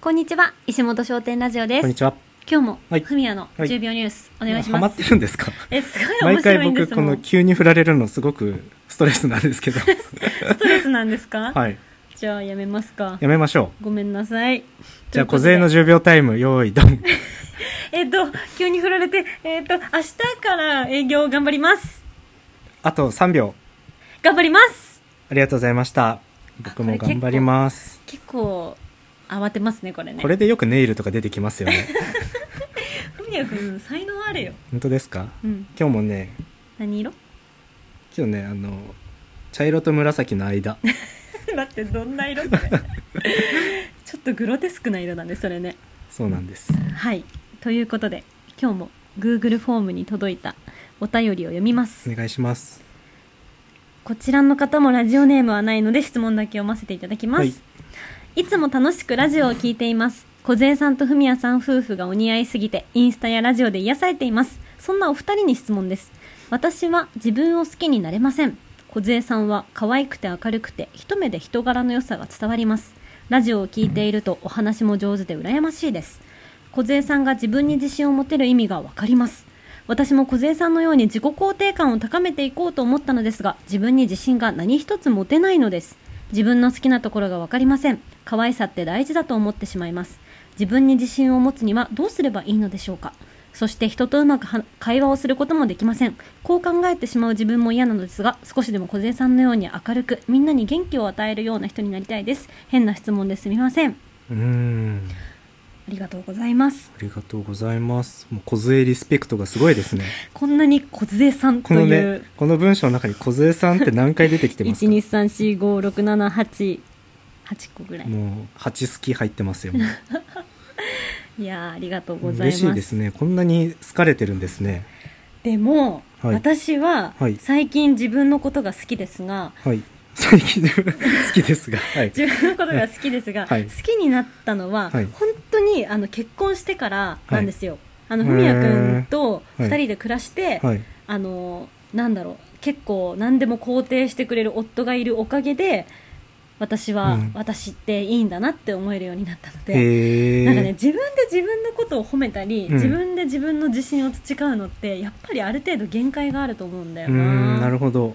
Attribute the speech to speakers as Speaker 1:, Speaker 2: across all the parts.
Speaker 1: こんにちは石本商店ラジオで
Speaker 2: こんに
Speaker 1: す
Speaker 2: ちは。
Speaker 1: 今日も
Speaker 2: はい
Speaker 1: ふみやの
Speaker 2: はい
Speaker 1: 10秒ニュースお願いし
Speaker 2: ハマ
Speaker 1: ま
Speaker 2: っ
Speaker 1: す、
Speaker 2: てるんですか。
Speaker 1: えすごい 面白
Speaker 2: 毎回
Speaker 1: いんで
Speaker 2: 僕
Speaker 1: す
Speaker 2: こ
Speaker 1: も
Speaker 2: の
Speaker 1: ん
Speaker 2: 急に振られるのすごくストレスなんで すけど、
Speaker 1: ストレスなんですか、
Speaker 2: はい。
Speaker 1: じゃあやめますか
Speaker 2: やめましょう。
Speaker 1: ごめんなさい
Speaker 2: じゃあ
Speaker 1: というこ
Speaker 2: 小
Speaker 1: とで
Speaker 2: 勢の10秒タイム用意ド ン。
Speaker 1: えっ、と急に振られてえっ、と明日から営業頑張ります
Speaker 2: あと3秒。
Speaker 1: 頑張ります
Speaker 2: ありがとうございました。僕も頑張ります。
Speaker 1: 結構慌てますねこれね
Speaker 2: これでよくネイルとか出てきますよね。
Speaker 1: ふみやくん才能あるよ
Speaker 2: 本当ですか。
Speaker 1: うん
Speaker 2: 今日もね、
Speaker 1: 何 色
Speaker 2: 今日ねあの茶色と紫の間。
Speaker 1: 待ってどんな色って ちょっとグロテスクな色だねそれね
Speaker 2: そうなんです。
Speaker 1: はいということで今日も Google フォームに届いたお便りを読みます
Speaker 2: お願いします。
Speaker 1: こちらの方もラジオネームはないので質問だけ読ませていただきます、
Speaker 2: はい
Speaker 1: い、つも楽しくラジオを聞いています小杉さんとふみやさん夫婦がお似合いすぎてインスタやラジオで癒されていますそんなお二人に質問です私は自分を好きになれません小杉さんは可愛くて明るくて一目で人柄の良さが伝わりますラジオを聞いているとお話も上手で羨ましいです小杉さんが自分に自信を持てる意味がわかります私も小杉さんのように自己肯定感を高めていこうと思ったのですが自分に自信が何一つ持てないのです自分の好きなところが分かりません可愛さって大事だと思ってしまいます自分に自信を持つにはどうすればいいのでしょうかそして人とうまくは会話をすることもできませんこう考えてしまう自分も嫌なのですが少しでも小杉さんのように明るくみんなに元気を与えるような人になりたいです変な質問ですみませんあ
Speaker 2: うーん。
Speaker 1: りがとうございます
Speaker 2: ありがとうございます。もう小杖リスペクトがすごいですね。
Speaker 1: こんなに小杉さんと
Speaker 2: この
Speaker 1: い
Speaker 2: ね
Speaker 1: う、
Speaker 2: この文章の中に小杖さんって何回出てきてます
Speaker 1: 一
Speaker 2: か
Speaker 1: 二三四五六七八八個ぐらい。
Speaker 2: もう8好き入ってますよ。も
Speaker 1: いやーありがとう
Speaker 2: う
Speaker 1: ございま
Speaker 2: 嬉
Speaker 1: す。
Speaker 2: しいですね。こんなに好かれてるんですね。
Speaker 1: でも、
Speaker 2: はい
Speaker 1: 私は
Speaker 2: はい
Speaker 1: 最近自分のことが好きですが、
Speaker 2: はい。最近好きですが、はい。
Speaker 1: 自分のことが好きですが、
Speaker 2: はい
Speaker 1: 好きになったのは、
Speaker 2: はい
Speaker 1: 本当にあの結婚してからなんですよ。あのふみやくんと
Speaker 2: へー
Speaker 1: 二人で暮らして、
Speaker 2: はい。
Speaker 1: あのなんだろう結構何でも肯定してくれる夫がいるおかげで。私は、
Speaker 2: うん
Speaker 1: 私っていいんだなって思えるようになったので、
Speaker 2: へ
Speaker 1: なんかね、
Speaker 2: え。
Speaker 1: 自分で自分のことを褒めたり、
Speaker 2: うん
Speaker 1: 自分で自分の自信を培うのってやっぱりある程度限界があると思うんだ
Speaker 2: う
Speaker 1: よ
Speaker 2: ーん、
Speaker 1: な
Speaker 2: なるほど。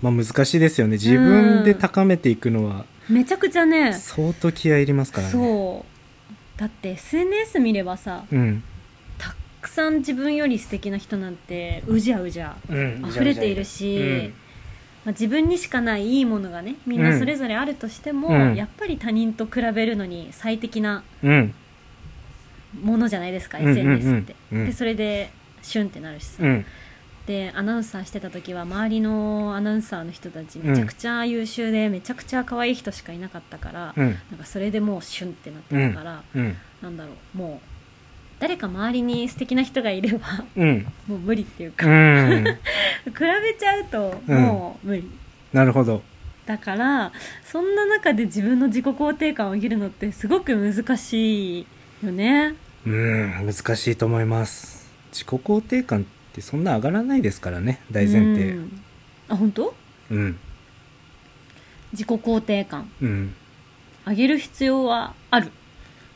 Speaker 2: まあ難しいですよね。自分で高めていくのは
Speaker 1: めちゃくちゃね
Speaker 2: 相当気合い入りますからね。
Speaker 1: そうだって SNS 見ればさ
Speaker 2: うん。
Speaker 1: たくさん自分より素敵な人なんてうじゃうじゃ、
Speaker 2: うん
Speaker 1: 溢れているし
Speaker 2: うん
Speaker 1: まあ、自分にしかないいいものがねみんなそれぞれあるとしても、
Speaker 2: うん
Speaker 1: やっぱり他人と比べるのに最適な
Speaker 2: うん。
Speaker 1: ものじゃないですか、
Speaker 2: うんうんうん
Speaker 1: SNS って、
Speaker 2: うん
Speaker 1: でそれでシュンってなるしさ、
Speaker 2: うん。
Speaker 1: でアナウンサーしてた時は周りのアナウンサーの人たちめちゃくちゃ優秀で、めちゃくちゃ可愛い人しかいなかったから、
Speaker 2: うん。
Speaker 1: なんかそれでもうシュンってなってたから、
Speaker 2: うん。
Speaker 1: なんだろうもう誰か周りに素敵な人がいれば
Speaker 2: うん。
Speaker 1: もう無理っていう
Speaker 2: う
Speaker 1: か、
Speaker 2: ん。
Speaker 1: 比べちゃうともう無理、
Speaker 2: なるほど。
Speaker 1: だからそんな中で自分の自己肯定感を上げるのってすごく難しいよね
Speaker 2: うん。難しいと思います。自己肯定感ってそんな上がらないですからね。大前
Speaker 1: う
Speaker 2: 提。
Speaker 1: んあ本当
Speaker 2: うん。
Speaker 1: 自己肯定感
Speaker 2: うん。
Speaker 1: 上げる必要はある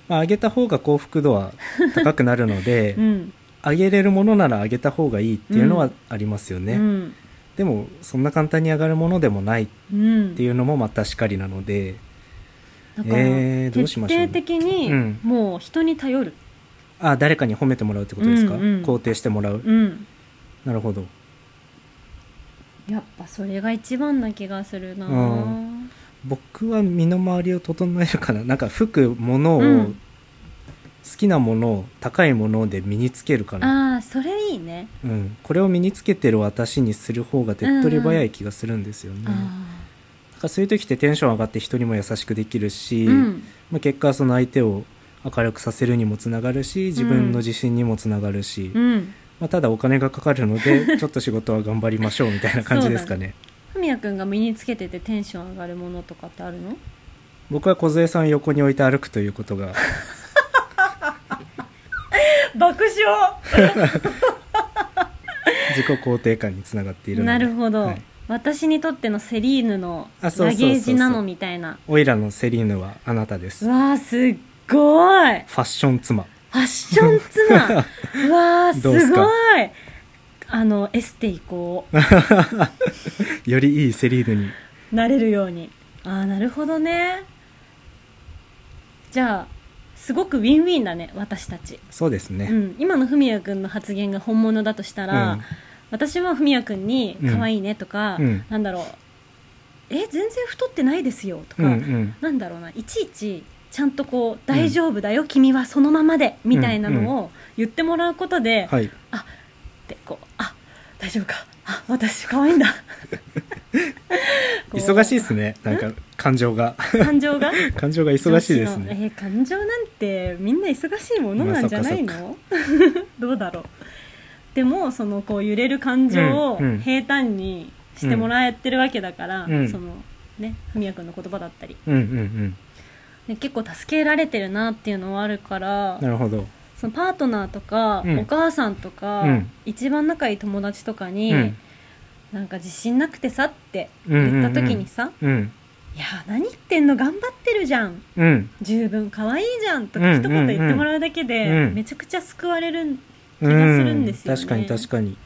Speaker 2: まあ、上げた方が幸福度は高くなるので、
Speaker 1: うん
Speaker 2: 上げれるものなら上げた方がいいっていうの
Speaker 1: う
Speaker 2: は
Speaker 1: ん
Speaker 2: ありますよね、
Speaker 1: うん
Speaker 2: でもそんな簡単に上がるものでもないっ
Speaker 1: うん
Speaker 2: ていうのもまたしかりなので
Speaker 1: だから、
Speaker 2: えーどうしましょうね
Speaker 1: 徹底的に、
Speaker 2: うん
Speaker 1: もう人に頼る、
Speaker 2: あ誰かに褒めてもらうってことですか、
Speaker 1: うんうん
Speaker 2: 肯定してもらう、
Speaker 1: うん、
Speaker 2: なるほど
Speaker 1: やっぱそれが一番な気がするな、
Speaker 2: うん僕は身の回りを整えるかななんか服物を、
Speaker 1: うん
Speaker 2: 好きなものを高いもので身につけるかな、
Speaker 1: ああそれいいね、
Speaker 2: うん、これを身につけてる私にする方が手っ取り早い気がするんですよね、
Speaker 1: あ
Speaker 2: なんかそういう時ってテンション上がって人にも優しくできるし、
Speaker 1: ーうん
Speaker 2: まあ、結果その相手を明るくさせるにもつながるし自分の自信にもつながるし、
Speaker 1: うん
Speaker 2: まあ、ただお金がかかるの でちょっと仕事は頑張りましょうみたいな感じですかね
Speaker 1: ふみやくんが身につけててテンション上がるものとかってある の
Speaker 2: 僕は小杉さんを横に置いて歩くというこ とが
Speaker 1: 爆笑
Speaker 2: 自己肯定感につながっているの
Speaker 1: な
Speaker 2: で
Speaker 1: るほど、
Speaker 2: はい
Speaker 1: 私にとってのセリーヌの
Speaker 2: あ
Speaker 1: ラ
Speaker 2: そうそうそうそう
Speaker 1: ゲージなのみたいな
Speaker 2: オイラのセリーヌはあなたで
Speaker 1: う
Speaker 2: す
Speaker 1: わーすっごい
Speaker 2: ファッション妻。
Speaker 1: ファッションツ ナうわーす
Speaker 2: ど
Speaker 1: ご
Speaker 2: うっ
Speaker 1: い
Speaker 2: すか
Speaker 1: あのエステ行こ
Speaker 2: よりいいセリーヌに。
Speaker 1: うなれるようにああなるほどねじゃあすごくウィンウィンだね私たち、
Speaker 2: そうです
Speaker 1: う
Speaker 2: ね。
Speaker 1: ん、今の文也君の発言が本物だとしたら、
Speaker 2: うん
Speaker 1: 私は文也君に「
Speaker 2: うん
Speaker 1: 可愛いね」とか、
Speaker 2: うん
Speaker 1: なんだろう「え全然太ってないですよ」とか、
Speaker 2: うんうん。
Speaker 1: なんだろうないちいちちゃんとこう「大丈夫だよ、君はそのままで」みたいなのを言ってもらうことで、
Speaker 2: はい。
Speaker 1: ってこうあ大丈夫かあ私可愛いんだ こう
Speaker 2: 忙しいですね。なんか、感情が。
Speaker 1: 感情が
Speaker 2: 感情が忙しいで
Speaker 1: 女
Speaker 2: す
Speaker 1: 子
Speaker 2: ね。
Speaker 1: のえー感情なんてみんな忙しいものなんじゃないの どうだろうでもそのこう揺れる感情を
Speaker 2: うんうん
Speaker 1: 平坦にしてもらえてるわけだから、
Speaker 2: うん
Speaker 1: そのね文也君の言葉だったり、
Speaker 2: うんうん
Speaker 1: ね、結構助けられてるなっていうのはあるから
Speaker 2: うん。なるほど。
Speaker 1: そのパートナーとか、
Speaker 2: うん
Speaker 1: お母さんとか、
Speaker 2: うん
Speaker 1: 一番仲いい友達とかに、
Speaker 2: うん。
Speaker 1: なんか自信なくてさって
Speaker 2: うんうんう
Speaker 1: 言っ
Speaker 2: ん
Speaker 1: た時にさ「
Speaker 2: うん。
Speaker 1: いやー何言ってんの頑張ってるじゃん
Speaker 2: うん。
Speaker 1: 十分可愛いじゃん」と
Speaker 2: うん
Speaker 1: か一
Speaker 2: うんうん
Speaker 1: 言言ってもらうだけで、
Speaker 2: うん
Speaker 1: めちゃくちゃ救われる
Speaker 2: 気
Speaker 1: がするんですよね
Speaker 2: 確かに確かに。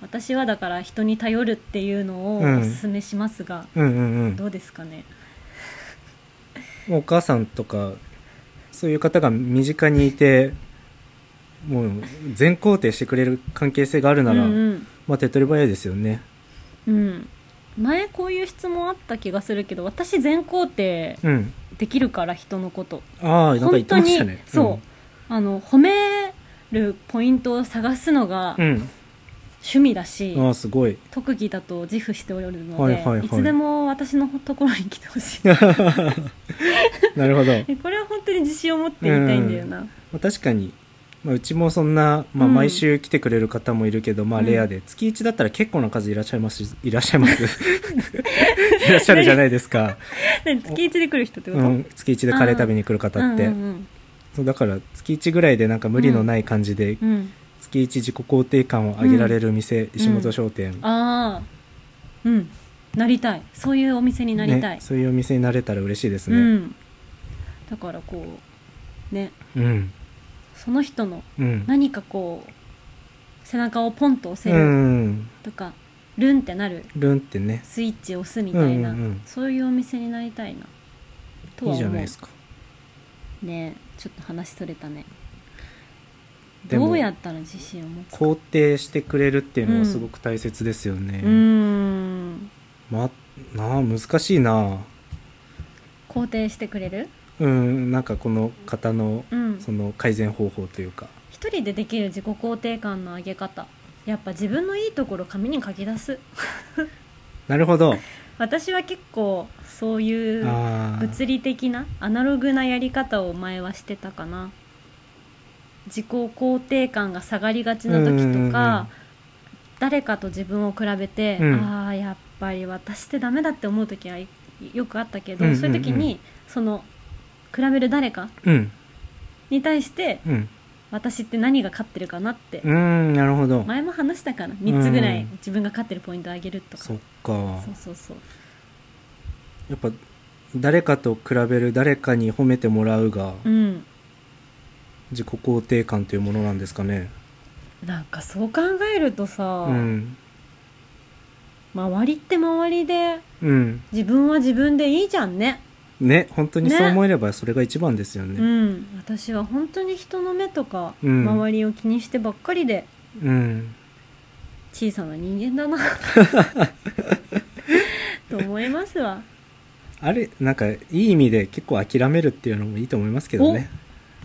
Speaker 1: 私はだから人に頼るっていうのを
Speaker 2: うん
Speaker 1: おすすめしますが、
Speaker 2: うんうん
Speaker 1: どうですかね
Speaker 2: うん。お母さんとか、そういう方が身近にいて、もう全肯定してくれる関係性があるなら、
Speaker 1: うんうん
Speaker 2: まあ手っ取り早いですよね。
Speaker 1: うん前こういう質問あった気がするけど私全肯定
Speaker 2: うん。
Speaker 1: できるから人のこと
Speaker 2: ああ、なんか言
Speaker 1: 本
Speaker 2: って
Speaker 1: 当
Speaker 2: まし
Speaker 1: に、
Speaker 2: たね。
Speaker 1: そう、あの褒めるポイントを探すのが
Speaker 2: うん。
Speaker 1: 趣味だし、
Speaker 2: うん。ああ、すごい。
Speaker 1: 特技だと自負しておるので、
Speaker 2: はい
Speaker 1: い
Speaker 2: はいはい
Speaker 1: つでも私のところに来てほしい
Speaker 2: なるほど。
Speaker 1: えこれは本当に自信を持って言いたいんだよな、
Speaker 2: まあ、確かに、まあ、うちもそんな、まあ、
Speaker 1: うん
Speaker 2: 毎週来てくれる方もいるけど、まあ
Speaker 1: うん
Speaker 2: レアで、月1だったら結構な数いらっしゃいますしいらっしゃいます いらっしゃるじゃないですか、
Speaker 1: で月一で来る人ってこ
Speaker 2: う
Speaker 1: と、
Speaker 2: ん、月1でカレー食べに来る方って、
Speaker 1: うんうん
Speaker 2: そうだから月1ぐらいでなんか無理のない感じで、
Speaker 1: うんうん
Speaker 2: 月1自己肯定感を上げられる店、石本商店、
Speaker 1: ああうんなりたいそういうお店になりたい、
Speaker 2: ね、そういうお店になれたら嬉しいです
Speaker 1: う
Speaker 2: ね
Speaker 1: んだからこうね
Speaker 2: うん
Speaker 1: その人の
Speaker 2: うん
Speaker 1: 何かこう背中をポンと押せ
Speaker 2: う
Speaker 1: る
Speaker 2: ん
Speaker 1: とか、ルンってなる
Speaker 2: ルンってね
Speaker 1: スイッチ押すみたいな、
Speaker 2: うんうんうん
Speaker 1: そういうお店になりたいなと
Speaker 2: い
Speaker 1: はい
Speaker 2: じ
Speaker 1: 思
Speaker 2: ゃ
Speaker 1: う
Speaker 2: ないですか
Speaker 1: ねえちょっと話それたね
Speaker 2: でも
Speaker 1: どうやったら自信を持つか
Speaker 2: 肯定してくれるっていうのはすごく大切ですよね、
Speaker 1: うーん
Speaker 2: まなあ難しいな
Speaker 1: 肯定してくれる
Speaker 2: うんなんかこの方の
Speaker 1: うん
Speaker 2: その改善方法というか
Speaker 1: 一人でできる自己肯定感の上げ方やっぱ自分のいいところ紙に書き出す
Speaker 2: なるほど、
Speaker 1: 私は結構そういう
Speaker 2: ああ
Speaker 1: 物理的なアナログなやり方を前はしてたかな自己肯定感が下がりがちな時
Speaker 2: うんうんう
Speaker 1: と
Speaker 2: ん
Speaker 1: か誰かと自分を比べて、
Speaker 2: うん
Speaker 1: ああやっぱり私ってダメだって思う時はいよくあったけど、
Speaker 2: うんうんうん
Speaker 1: そういう時にその比べる誰か
Speaker 2: うん
Speaker 1: に対して
Speaker 2: うん
Speaker 1: 私って何が勝ってるかなって、
Speaker 2: うんなるほど
Speaker 1: 前も話したかな3つぐら
Speaker 2: う
Speaker 1: い
Speaker 2: ん
Speaker 1: 自分が勝ってるポイントをあげるとか、
Speaker 2: そっか
Speaker 1: そうそうそう
Speaker 2: やっぱ誰かと比べる誰かに褒めてもらうが
Speaker 1: うん
Speaker 2: 自己肯定感というものなんですかね
Speaker 1: なんかそう考えるとさ、
Speaker 2: うん
Speaker 1: 周りって周りで
Speaker 2: うん
Speaker 1: 自分は自分でいいじゃんね
Speaker 2: ね本当にそう
Speaker 1: ね
Speaker 2: 思えればそれが一番ですよ
Speaker 1: う
Speaker 2: ね
Speaker 1: ん私は本当に人の目とか、
Speaker 2: うん
Speaker 1: 周りを気にしてばっかりで
Speaker 2: うん
Speaker 1: 小さな人間だな と思いますわ
Speaker 2: あれなんかいい意味で結構諦めるっていうのもいいと思いますけどね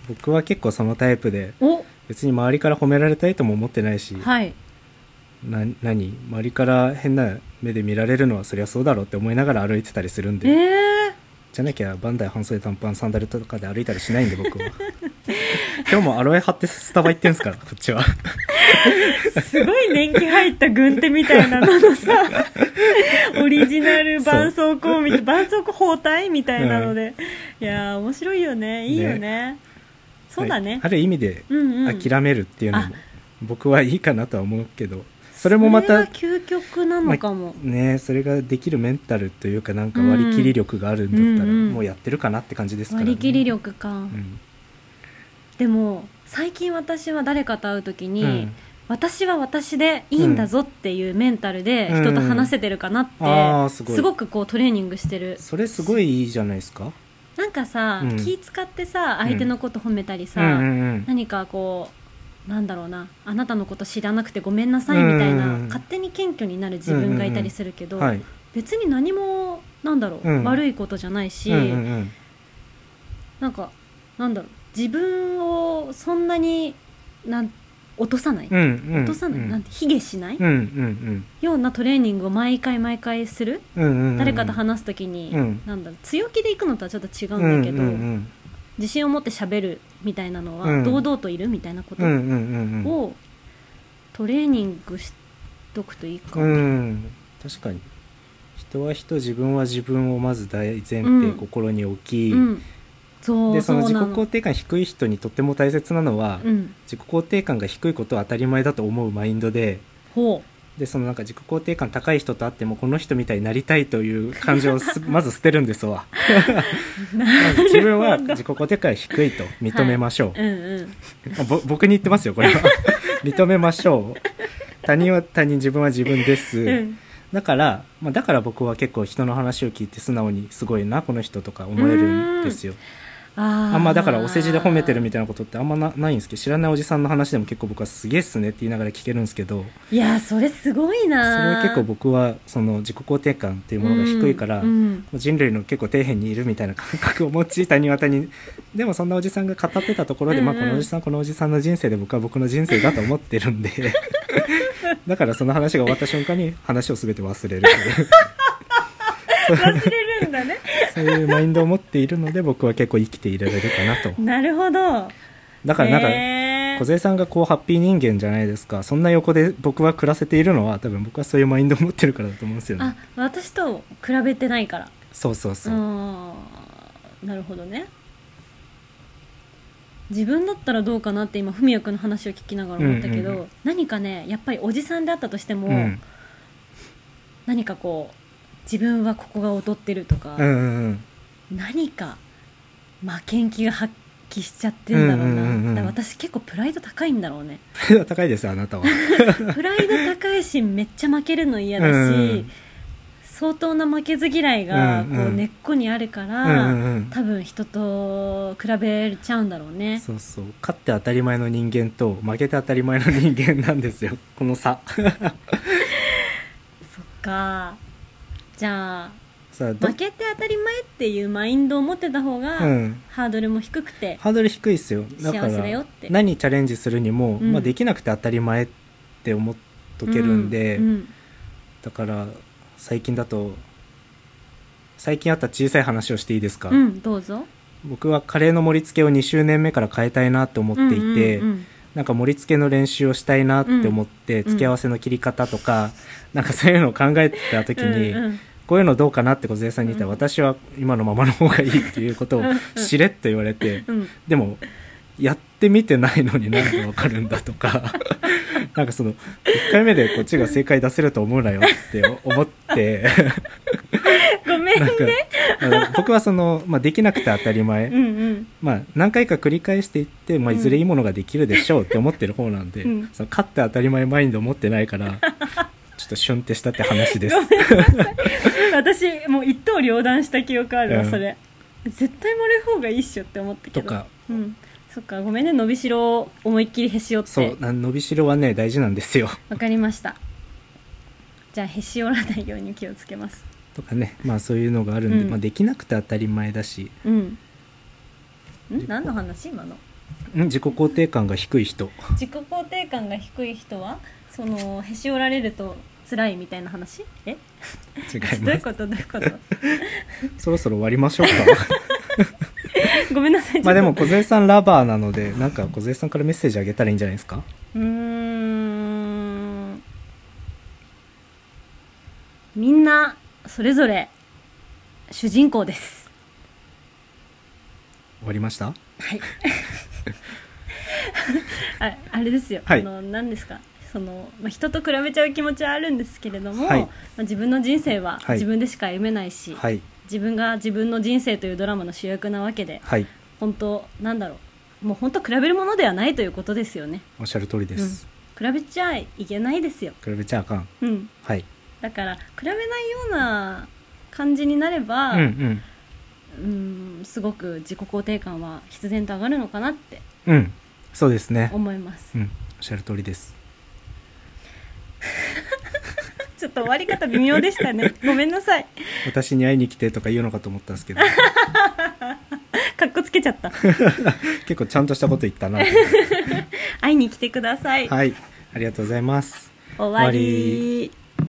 Speaker 2: 僕は結構そのタイプで
Speaker 1: お
Speaker 2: 別に周りから褒められたいとも思ってないし、
Speaker 1: はい
Speaker 2: な何周りから変な目で見られるのはそりゃそうだろうって思いながら歩いてたりするん
Speaker 1: え
Speaker 2: で
Speaker 1: ー、
Speaker 2: じゃなきゃバンダイ半袖短パンサンダルとかで歩いたりしないんで僕は 今日もアロエ貼ってスタバ行ってんすからこっちは
Speaker 1: すごい年季入った軍手みたいなののさ オリジナル絆創膏みたい絆創膏包帯みたいなので、いやー面白いよねいいよね そうだ
Speaker 2: は
Speaker 1: ね
Speaker 2: い、ある意味で
Speaker 1: うんうん
Speaker 2: 諦めるっていうのも、僕はいいかなとは思うけどそれもまた
Speaker 1: それが究極なのかも、
Speaker 2: ねそれができるメンタルというかなんか割り切り力があるんだったら、
Speaker 1: うんうんうん
Speaker 2: もうやってるかなって感じですから、ね、
Speaker 1: 割り切り力か、
Speaker 2: うん、
Speaker 1: でも最近私は誰かと会う時に、
Speaker 2: うん
Speaker 1: 私は私でいいんだぞっていうメンタルで人と話せてるかなって、
Speaker 2: うんあーすごい
Speaker 1: すごくこうトレーニングしてる
Speaker 2: それすごいいいじゃないですか
Speaker 1: なんかさ、
Speaker 2: うん
Speaker 1: 気使ってさ相手のこと褒めたりさ、
Speaker 2: うんうんうん
Speaker 1: 何かこうなんだろうなあなたのこと知らなくてごめんなさいみたいな、
Speaker 2: うん
Speaker 1: 勝手に謙虚になる自分がいたりするけど、
Speaker 2: はい
Speaker 1: 別に何もなんだろう、
Speaker 2: うん
Speaker 1: 悪いことじゃないし、
Speaker 2: うんうんうん
Speaker 1: なんかなんだろう自分をそんなになん落とさない、
Speaker 2: うんうん
Speaker 1: 落とさない、
Speaker 2: うん
Speaker 1: なんて卑下しない、
Speaker 2: うんうん
Speaker 1: ようなトレーニングを毎回毎回する、
Speaker 2: うんうんうん
Speaker 1: 誰かと話す時に、
Speaker 2: うん
Speaker 1: なんだろう強気でいくのとはちょっと違うんだけど、
Speaker 2: うんうん
Speaker 1: 自信を持って喋るみたいなのは、
Speaker 2: うん
Speaker 1: 堂々といるみたいなこと
Speaker 2: うんうんうんうん
Speaker 1: をトレーニングしとくといいか、
Speaker 2: うん確かに人は人自分は自分をまず大前
Speaker 1: う
Speaker 2: 提
Speaker 1: ん
Speaker 2: 心に置き、
Speaker 1: うんそう
Speaker 2: でその
Speaker 1: う
Speaker 2: 自己
Speaker 1: な
Speaker 2: 肯定感低い人にとっても大切なのは、
Speaker 1: うん
Speaker 2: 自己肯定感が低いことを当たり前だと思うマインドで
Speaker 1: ほ
Speaker 2: でそのなんか自己肯定感高い人と会ってもこの人みたいになりたいという感情 をすまず捨てるんですわまず自分は自己肯定感低いと認めましょう
Speaker 1: う、うんうん
Speaker 2: あぼ僕に言ってますよ これは認めましょう他人は他人自分は自分です、
Speaker 1: うん
Speaker 2: だから、まあ、だから僕は結構人の話を聞いて素直にすごいなこの人とか思えるんですよ
Speaker 1: あー
Speaker 2: あんまだからお世辞で褒めてるみたいなことってあんまなないんですけど知らないおじさんの話でも結構僕はすげえっすねって言いながら聞けるんですけど
Speaker 1: いやーそれすごい
Speaker 2: それ
Speaker 1: な
Speaker 2: は結構
Speaker 1: っ
Speaker 2: 僕はその自己肯定感ってい
Speaker 1: て
Speaker 2: うものが低いから、
Speaker 1: うんうん
Speaker 2: 人類の結構底辺にいるみたいな感覚を持ち他人は他人でもそんなおじさんが語ってたところで、まあ、
Speaker 1: うん
Speaker 2: こ
Speaker 1: うん
Speaker 2: のおじさんこのおじさんの人生で僕は僕の人生だと思ってるんで だからその話が終わった瞬間に話を全て忘れるという
Speaker 1: 忘れるんだ ね
Speaker 2: そういうマインドを持っているので僕は結構生きていられるかなと
Speaker 1: なるほど
Speaker 2: だからなんか、
Speaker 1: へー
Speaker 2: 小杉さんがこうハッピー人間じゃないですかそんな横で僕は暮らせているのは多分僕はそういうマインドを持ってるからだと思うんですよ
Speaker 1: あ
Speaker 2: ね
Speaker 1: 私と比べてないから
Speaker 2: そうそうそう、
Speaker 1: あーなるほどね自分だったらどうかなって今文也君の話を聞きながら思ったけど、
Speaker 2: うんうんうん
Speaker 1: 何かねやっぱりおじさんであったとしても、
Speaker 2: うん
Speaker 1: 何かこう自分はここが劣ってるとか、
Speaker 2: うんうんうん
Speaker 1: 何か負けん気が発揮しちゃってんだろうな、
Speaker 2: うんうんうんうん
Speaker 1: だから私結構プライド高いんだろうね
Speaker 2: プライド 高いですよあなたは
Speaker 1: プライド高いしめっちゃ負けるの嫌だし、
Speaker 2: うん
Speaker 1: 相当な負けず嫌いがこ
Speaker 2: うんう
Speaker 1: うん根っこにあるから、
Speaker 2: うんうんうん
Speaker 1: 多分人と比べちゃうんだろうね
Speaker 2: そうそう勝って当たり前の人間と負けて当たり前の人間なんですよこの差
Speaker 1: そっかじゃあ
Speaker 2: さあど
Speaker 1: 負けて当たり前っていうマインドを持ってた方が、
Speaker 2: うん
Speaker 1: ハードルも低くて
Speaker 2: ハードル低いですよだから
Speaker 1: 幸せだよって
Speaker 2: 何チャレンジするにも、
Speaker 1: うん
Speaker 2: まあ、できなくて当たり前って思っとけるんで、
Speaker 1: ううん
Speaker 2: だから最近だと最近あった小さい話をしていいですか、
Speaker 1: うんどうぞ
Speaker 2: 僕はカレーの盛り付けを2周年目から変えたいなと思っていて、
Speaker 1: うんうん
Speaker 2: なんか盛り付けの練習をしたいなって思って、
Speaker 1: ん
Speaker 2: 付け合わせの切り方とか、なんかそういうのを考えてた時
Speaker 1: うん
Speaker 2: に、
Speaker 1: うんうん
Speaker 2: こういうのどうかなって小杉さんに言ったら、
Speaker 1: うん
Speaker 2: 私は今のままの方がいいっていうことをしれっと言われて、
Speaker 1: うん
Speaker 2: でもやってみてないのになんでわかるんだとか なんかその1回目でこっちが正解出せると思うなよって思って
Speaker 1: ごめん
Speaker 2: なんかあの僕はその、まあ、できなくて当たり前、
Speaker 1: うんうん
Speaker 2: まあ、何回か繰り返していって、まあ、いずれいいものができるでしょうって思ってる方なんで、
Speaker 1: うん
Speaker 2: その勝って当たり前マインド持ってないから ちょっとシュンってしたって話です。
Speaker 1: 私もう一刀両断した記憶あるわ、
Speaker 2: うん
Speaker 1: それ絶対丸い方がいいっしょって思ったけど
Speaker 2: とか
Speaker 1: うんそっかごめんね伸びしろを思いっきりへし折っ
Speaker 2: そ
Speaker 1: て
Speaker 2: うな伸びしろはね大事なんですよ。
Speaker 1: わかりましたじゃあへし折らないように気をつけます
Speaker 2: とかねまあそういうのがあるんで、
Speaker 1: うん
Speaker 2: まあ、できなくて当たり前だし
Speaker 1: うんん何の話今の
Speaker 2: ん自己肯定感が低 い人
Speaker 1: 自己肯定感が低い人はそのへし折られると辛いみたいな話え
Speaker 2: 違い
Speaker 1: どうい
Speaker 2: ま
Speaker 1: うことどういうこと
Speaker 2: すそろそろ終わりましょ うか
Speaker 1: ごめんなさい
Speaker 2: まあでも
Speaker 1: ちょっと
Speaker 2: 小杉さんラバーなのでなんか小杉さんからメッセージあげたらいいんじゃないですか
Speaker 1: うーんみんなそれぞれ主人公です
Speaker 2: 終わりました
Speaker 1: はいああれですよ、
Speaker 2: はい
Speaker 1: あの何ですかそその、まあ、人と比べちゃう気持ちはあるんですけれども、
Speaker 2: はい
Speaker 1: まあ、自分の人生は
Speaker 2: はい
Speaker 1: 自分でしか歩めないし、
Speaker 2: はい
Speaker 1: 自分が自分の人生というドラマの主役なわけで
Speaker 2: はい
Speaker 1: 本当なんだろうもう本当比べるものではないということですよね
Speaker 2: おっしゃる通りです、
Speaker 1: 比べちゃいけないですよ、
Speaker 2: 比べちゃあかん
Speaker 1: うん、
Speaker 2: はい
Speaker 1: だから比べないような感じになれば、
Speaker 2: うん
Speaker 1: うんすごく自己肯定感は必然と上がるのかなって
Speaker 2: うんうんそうですね
Speaker 1: 思います
Speaker 2: うんおっしゃる通りです
Speaker 1: ちょっと終わり方微妙でしたねごめんなさい
Speaker 2: 私に会いに来てとか言うのかと思ったんですけ ど
Speaker 1: かっこつけちゃ った
Speaker 2: 結構ちゃんとしたこと言った なと思って
Speaker 1: 会いに来てください、
Speaker 2: はいありがとうございます
Speaker 1: 終
Speaker 2: 終わ
Speaker 1: わ
Speaker 2: り
Speaker 1: り